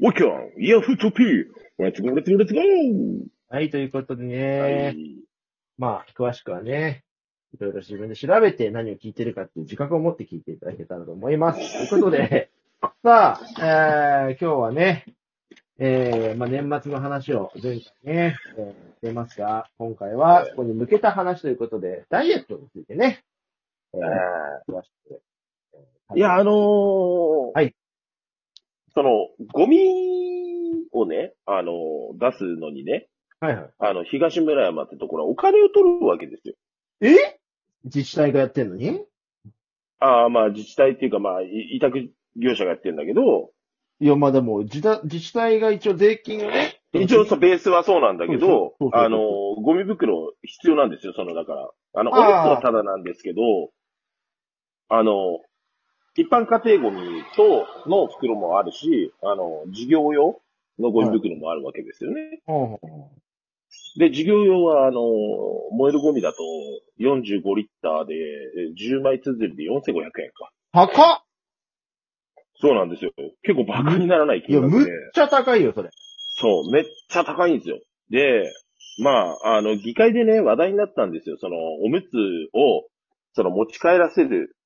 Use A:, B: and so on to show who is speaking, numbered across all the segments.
A: ウォキャン、イヤフートピー、レッツゴー、レッツゴー、レッツゴー
B: はい、ということで
A: は
B: ね、
A: い。
B: まあ、詳しくはね、いろいろ自分で調べて何を聞いてるかっていう自覚を持って聞いていただけたらと思います。という ことで、さあ、えー、今日はね、えー、まあ年末の話を前回ね、えー、出ますが、今回はここに向けた話ということで、ダイエットについてね、えー、詳しく。
A: いや、あのー、
B: はい。
A: その、ゴミをね、あのー出すのにね、
B: はいはい。
A: あの、東村山ってところはお金を取るわけですよ。
B: え自治体がやってんのに
A: ああ、まあ、自治体っていうか、まあ、い委託業者がやってんだけど、
B: いや、まあでも、自だ自治体が一応税金をね、
A: 一応、そう、ベースはそうなんだけど
B: そうそうそう、そう
A: あのー、ゴミ袋必要なんですよ、その、だから。あの、おむつ
B: あー
A: はただなんですけど、あの、一般家庭ゴミとの袋もあるし、あの、事業用のゴミ袋もあるわけですよね。
B: ほうほうほ
A: で、事業用は、あの、燃えるゴミだと45リッターで、え10枚綴りで4500円か。
B: う高っ
A: そうなんですよ。結構バカにならない
B: い
A: 金
B: や、む
A: 額
B: っ
A: で。
B: ちゃ高いよ、それ。
A: そう、めっちゃ高いんですよ。で、まあ、あの、議会でね、話題になったんですよ。その、おむつを、その、持ち帰らせる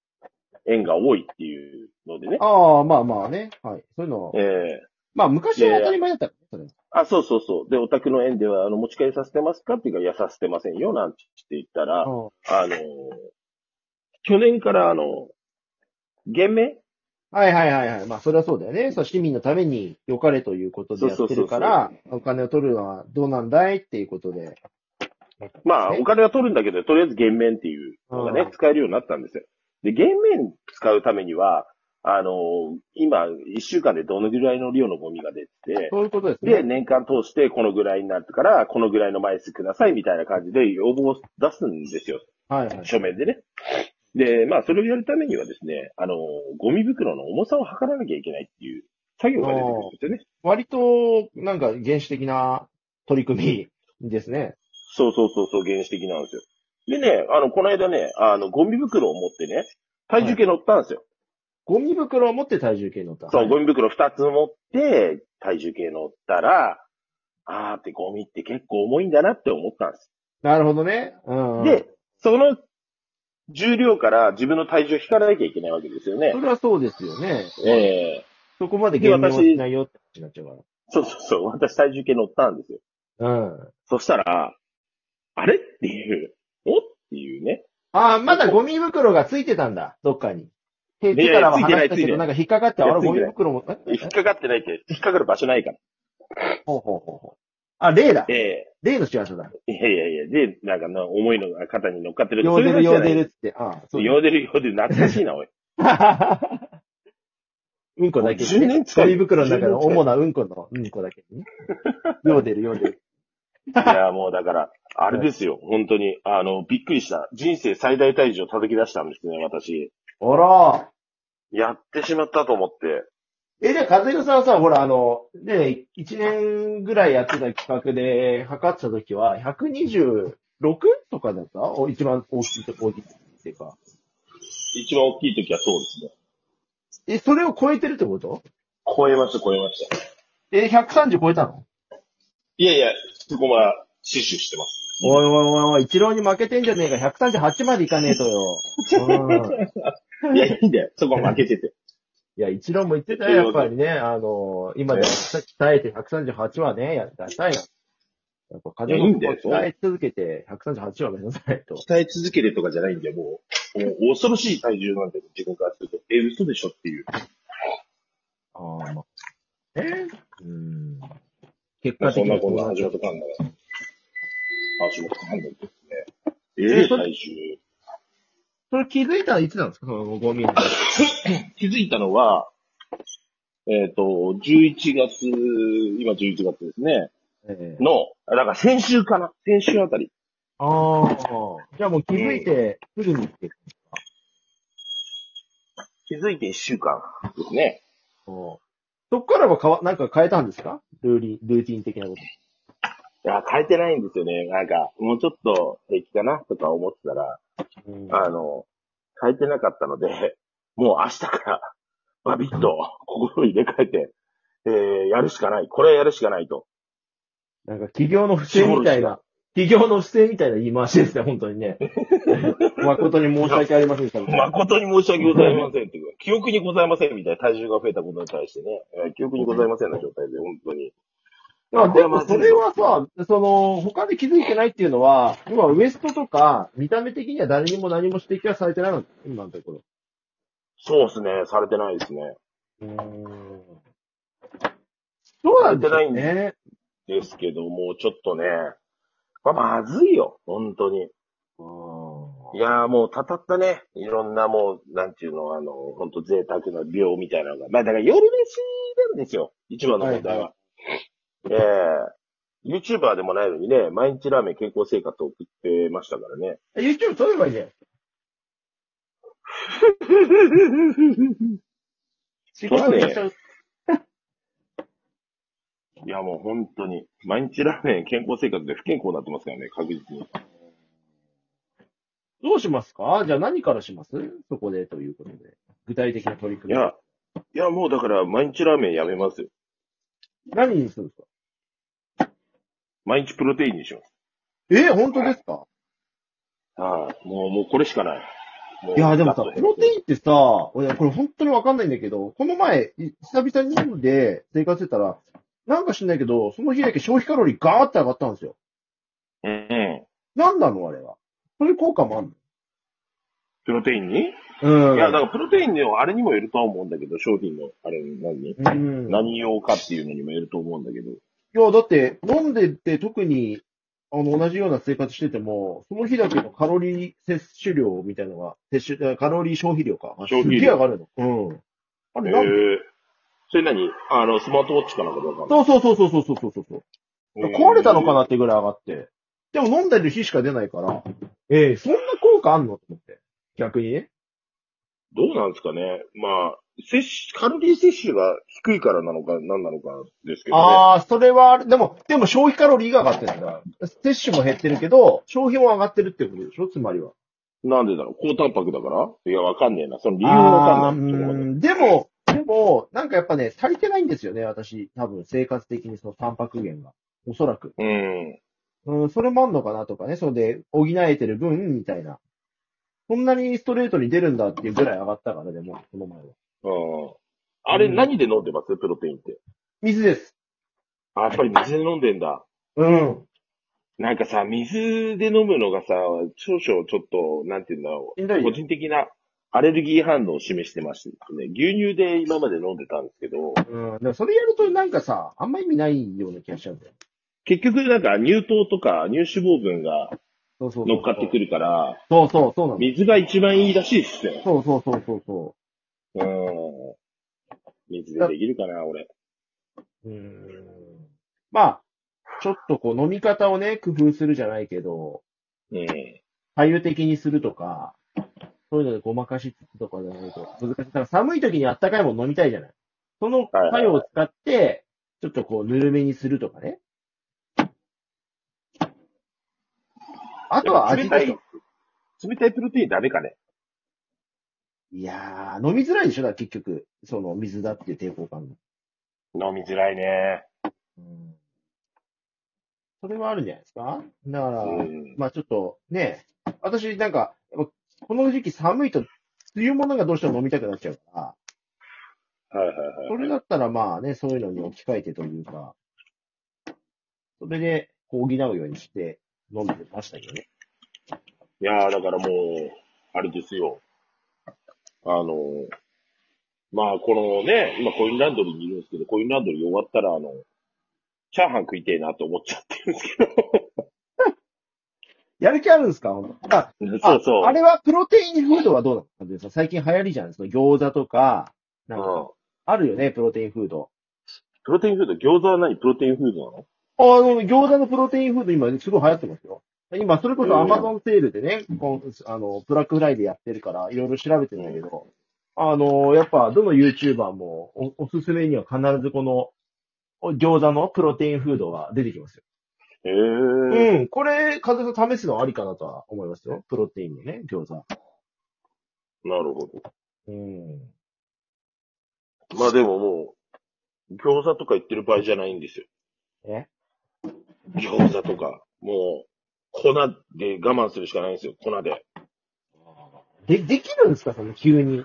A: 縁が多いっていうのでね。
B: ああ、まあまあね。はい。そういうのは
A: え。え
B: まあ、昔は当たり前だったからねそれ。
A: あ、そうそうそう。で、お宅の縁では、あの、持ち帰りさせてますかっていうか、いや、させてませんよ、なんて言ったら、
B: うん
A: あの、去年からあの、減免
B: はいはいはいはい。まあ、それはそうだよね。そう、市民のために良かれということでやってるから、お金を取るのはどうなんだいっていうことで。
A: まあ、
B: ね
A: お金は取るんだけど、とりあえず減免っていうのが
B: う
A: ね
B: ん、
A: 使えるようになったんですよ。で、減免使うためには、あの、今、一週間でどのぐらいの量のゴミが出てて、
B: そういうことです
A: で、年
B: ね。
A: 間通してこのぐらいになってから、このぐらいの枚数くださいみたいな感じで要望を出すんですよ。
B: はいはい。
A: 書面でね。で、まあ、それをやるためにはですね、あの、ゴミ袋の重さを測らなきゃいけないっていう作業が出てくるんですよね。
B: 割と、なんか原始的な取り組みですね。
A: そうそうそうそう、原始的なんですよ。でね、あの、この間ね、あの、ゴミ袋を持ってね、体重計乗ったんですよ。
B: ゴミ袋を持って体重計に乗った。
A: そう、ゴミ袋2つ持って、体重計乗ったら、あーってゴミって結構重いんだなって思ったんです。
B: なるほどね。うん。
A: で、、その重量から自分の体重を引かなきゃいけないわけですよね
B: そ。れはそうですよね。
A: ええ
B: そこまで減量は
A: で私
B: しないよって話になっちゃうか
A: そうそうそう、私体重計乗ったんですよ。
B: ら。うん。
A: そしたら、あれっていう、おっていうね。
B: ああ、まだゴミ袋がついてたんだ、どっかに。
A: や
B: 手
A: いや
B: からは
A: ついてな
B: 離
A: い
B: したけ
A: ついて
B: ど、
A: な
B: ないんか引っかかって、あ
A: いや
B: れ、
A: つい
B: ゴ
A: て
B: ミ
A: ない
B: 袋も、え
A: 引っかかってないって、引っかかる場所ないから。
B: ほうほうほうほう。あ、例だ
A: え。え
B: 例の幸せだ。
A: いやいやいや、で、なんかな、重いのが肩に乗っかってる。
B: ヨーデル、
A: そう
B: ヨ
A: いう
B: ー
A: のじゃな
B: デル
A: い
B: っつって。ああ、そう。
A: ヨーデル、ヨーデル、懐かしいな、おい。
B: うんこだけ
A: もう10
B: にね。
A: 年近い
B: ゴミ袋の中
A: 10年
B: の
A: 近い
B: 主なうんこの、うんこだけ にね。ヨーデル、ヨーデル。
A: いや、もうだから、あれですよ、本当に。あの、びっくりした。人生最大体重を叩き出したんですね、私。
B: あら
A: やってしまったと思って。
B: え、じゃあ、和弘さんはさ、ほら、あの、ね、1年ぐらいやってた企画で測ってた時は、126? とかだったお一番大きいとこ、大きいっていうか。
A: 一番大きい時はそうですね。
B: え、それを超えてるってこと
A: 超えました、超えました。
B: え、130超えたの
A: いやいや、そこは、死守してます。
B: おいおいおいおい、一郎に負けてんじゃねえか、138までいかねえとよ。うん
A: いや、いいんだよ。そこは負けてて。
B: いや、一郎も言ってたよ、やっぱりね。あの、今でも鍛えて138はね、やりたいな。やっぱ風
A: いやいい
B: 邪
A: んだ
B: も
A: よ
B: 鍛え続けて、138は目指さないと。
A: 鍛え続けるとかじゃないんだよ、もう。もう恐ろしい体重なんだよ、自分からすると。え、嘘でしょっていう。
B: あーまあ。ねうん。結
A: ま
B: 果
A: あ、そん
B: 的に
A: な
B: は
A: こんな
B: うっ
A: 橋
B: ちゃう
A: 本環奈が、橋本環奈ですね。ええ
B: えそれ
A: 体
B: それ気づいたらいつなんですかそのゴミの。
A: 重。気づいたのは、えっ、と、11月、今11月ですね、
B: ええ
A: の、だから先週かな先週あたり。
B: ああ。じゃあもう気づいて、すぐにって
A: 気づいて1週間ですね。
B: そっからは変わ、なんか変えたんですかルーリン、ルーティン的なこ
A: い
B: と。
A: や、変えてないんですよね。なんか、もうちょっと平気かなとか思ってたら、あの、変えてなかったので、もう明日から、バビッと心を入れ替えて、えー、ーやるしかない。これはやるしかないと。
B: なんか企業の不正みたいな、企業の不正みたいな言い回しですね、本当に ね。誠に申し訳ありませんでした。
A: 誠に申し訳ございませんっていうか、 記憶にございませんみたいな体重が増えたことに対してね、えー記憶にございませんな状態で、本当に。
B: まあでもそれはさ、その、他で気づいてないっていうのは、今ウエストとか、見た目的には誰にも何も指摘はされてないの、今のところ。
A: そうですね、されてないですね。
B: うーん。そうなんです
A: され
B: よ
A: てな
B: ね。
A: ですけども、ちょっとね、まあ、まずいよ、本当に。いやーもう、たたったね、いろんなもう、なんていうの、あの、ほんと贅沢な病みたいなのが。まあ、だから夜飯なんですよ、一番の問題は。えー、YouTuber でもないのにね、毎日ラーメン健康生活を送ってましたからね。
B: え YouTube 撮ればいい じゃん。仕
A: 撮らねえ
B: しちゃう
A: いや、もう本当に、毎日ラーメン健康生活で不健康になってますからね、確実に。
B: どうしますかじゃあ何からしますそこでということで。具体的な取り
A: い
B: 組み。
A: や、いや、もうだから、毎日ラーメンやめますよ。
B: 何にするんですか
A: 毎日プロテインにします。
B: え、本当ですか
A: はい。もう、もうこれしかない。
B: いや、でもさ、プロテ
A: ン
B: インってさ、俺、これ本当にわかんないんだけど、この前、い久々に飲んで生活してたら、なんか知んないけど、その日だけ消費カロリーガーって上がったんですよ。
A: うん。
B: なんなのあれは。それ効果もあん
A: プロテインに、
B: のうん。
A: いや、だからプロテインのあれにもよるとは思うんだけど、商品のあれ何、
B: うん。
A: 何用かっていうのにもよると思うんだけど。
B: いや、だって、飲んでて特に、あの、同じような生活してても、その日だけのカロリー摂取量みたいなのが、摂取、カロリー消費量か。
A: 消費量
B: すげえ上がるの。うん。あ
A: へ
B: れ
A: え
B: なんで、
A: それ何あの、スマートウォッチかなんかでわかんない。
B: そうそうそうそうそうそうそうそう。壊れたのかなってぐらい上がって。でも飲んでる日しか出ないから、ええそんな効果あんのと思って。逆にね。
A: どうなんですかねまあ、摂取、カロリー摂取が低いからなのか、何なのかですけどね。
B: ああ、それはあれ、でも、でも消費カロリーが上がってるんだ。摂取も減ってるけど、消費も上がってるってことでしょつまりは。
A: なんでだろう高タンパクだからいや、わかんねえな。その理
B: 理
A: 由がわかんない。そこまで
B: んでも、でも、なんかやっぱね、足りてないんですよね、私。多分、生活的にそのタンパク源が。おそらく。
A: うん。
B: うん、それもあんのかなとかね、それで補えてる分、みたいな。こんなにストレートに出るんだっていうぐらい上がったから、でも、この前は。
A: うん。あれ、
B: うん
A: 何で飲んでますプロテインって。
B: 水です。
A: あ、やっぱり水で飲んでんだ。
B: うん。
A: なんかさ、水で飲むのがさ、少々ちょっと、なんて言うんだろ
B: しんど
A: う。
B: い
A: 個
B: よ。
A: 人的なアレルギー反応を示してましてね。牛乳で今まで飲んでたんですけど、
B: うん。でもそれやるとなんかさ、あんま意味ないような気がしちゃうんだよ。
A: 結局なんか乳糖とか乳脂肪分が
B: そうそうそう。
A: 乗っかってく
B: る。
A: るから、
B: そうそう、そうなの。
A: 水が一番いいらしいっすよ。
B: そうそうそうそうそ
A: うん。水でできるかな、俺。
B: う。うん。まあ、ちょっとこう飲み方をね、工夫するじゃないけど、
A: うん。
B: 左右的にするとか、そういうのでごまかしつつとかじゃないと難しい。だから寒い時にあったかいもの飲みたいじゃない。その
A: はいは
B: 作
A: い
B: 用
A: は
B: を使って、ちょっとこうぬるめにするとかね。あとは味
A: 冷た
B: でし
A: い
B: ょ。、
A: 冷たいプロテインダメかね。
B: いやー、飲みづらいでしょだ、結局。その水だっていう抵抗感の。
A: 飲みづらいね。
B: それはあるんじゃないですかだから、
A: うん。
B: まあちょっと、ね、私なんか、やっぱこの時期寒いと、梅雨物がどうしても飲みたくなっちゃうから、
A: はいはいはい。
B: それだったらまあね、そういうのに置き換えてというか、それで、こう補うようにして飲んでましたけどね。
A: いやー、だからもう、あれですよ。あのー、まあ、このね、今コインランドリーにいるんですけど、コインランドリー終わったら、あの、チャーハン食いてえなと思っちゃってるんですけ
B: やる気あるんですかほんとあ、
A: ど。
B: あ
A: そうそう。
B: あれはプロテインフードはどうなの最近流行りじゃないですか餃子とか、
A: う
B: なんか、
A: ん。
B: あるよね、プロテインフード。
A: プロテインフード、餃子は何プロテインフードなの
B: あの、餃子のプロテインフード今ねすごい流行ってますよ。今、それこそ
A: うん
B: Amazon セールでね、このあの、ブラックフライでやってるから、いろいろ調べてんだけど、あの、やっぱ、どの YouTuber もお、おすすめには必ずこの、お餃子のプロテインフードが出てきますよ。
A: へ
B: う
A: えー。
B: ん。これ、風邪と試すのはありかなとは思いますよ。プロテインのね、餃子。
A: なるほど。
B: うん。
A: まあでもも餃子とか言ってる場合じゃないんですよ。
B: え
A: 餃子とか、もう、粉で我慢するしかないんですよ、粉で。
B: で、できるんですかその急に。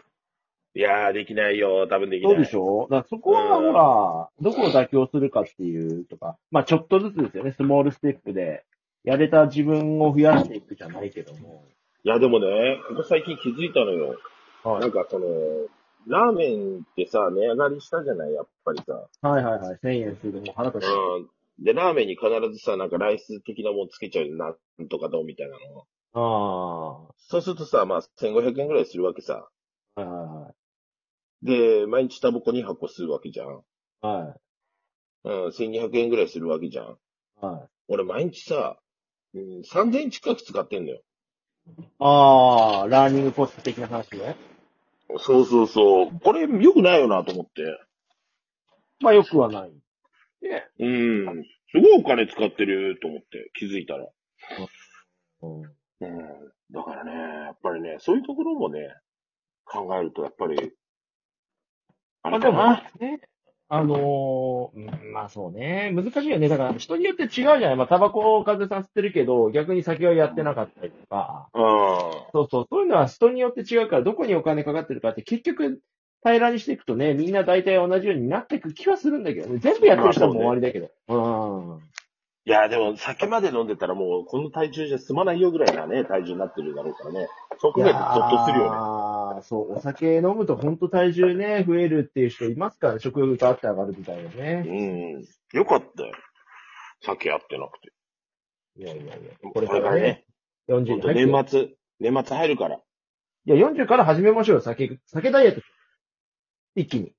A: いやー、できないよ、多分できな
B: そ
A: い。
B: うでしょだからそこは
A: うん
B: ほら、どこを妥協するかっていうとか、まあちょっとずつですよね、スモールステップで、やれた自分を増やしていくじゃないけども。
A: いや、でもね、ここ最近気づいたのよ。
B: は
A: なんかその、ラーメンってさ、値上がりしたじゃない、やっぱりさ。
B: い。はいはいはい、1000円するのも腹立つ。
A: うん。で、ラーメンに必ずさ、なんかライス的なもんつけちゃうよなんとかどうみたいなの。
B: ああ、は
A: そうするとさ、まあ、1500円ぐらいするわけさ。
B: いはいはい。
A: で、毎日タバコ2箱吸うわけじゃん。
B: は
A: うん、1200円ぐらいするわけじゃん。
B: い。はい。
A: 俺毎日さ、うん、3000円近く使ってんのよ。
B: ああ、ラーニングコスト的な話ね。
A: そうそうそう。これ良くないよなと思って。
B: まあよくはない。ね。
A: うん。すごいお金使ってると思って気づいたら。
B: う
A: う
B: ん。
A: ん。だからね、やっぱりね、そういうところもね、考えるとやっぱり、あ
B: ま
A: れ
B: あで
A: か
B: も
A: な。
B: ね、あのー、うんまあそうね、難しいよね。だから人によって違うじゃない。まあタバコを風さん吸ってるけど、逆に酒はやってなかったりとか。
A: うん。
B: そうそう、そういうのは人によって違うから、どこにお金かかってるかって結局、平らにしていくとね、みんな大体同じようになっていく気はするんだけどね。全部やってる人はもう終わりだけど。うん。
A: いや、でも酒まで飲んでたらもうこの体重じゃ済まないよぐらいなね、体重になってるだろうからね。そこ
B: い
A: が
B: や
A: ゾッとするよね。
B: ああ、そう、お酒飲むと本当体重ね、増えるっていう人いますからね、食欲があって上がるみたいよね。
A: うん。よかったよ。酒やってなくて。
B: いやいやいや、
A: こ
B: こ
A: れ
B: れ
A: か
B: からら
A: ね
B: ね、40
A: 本
B: に
A: 当
B: 入って
A: 年末、年末入るから。
B: いや、40から始めましょうよ、酒、酒ダイエット。一気に。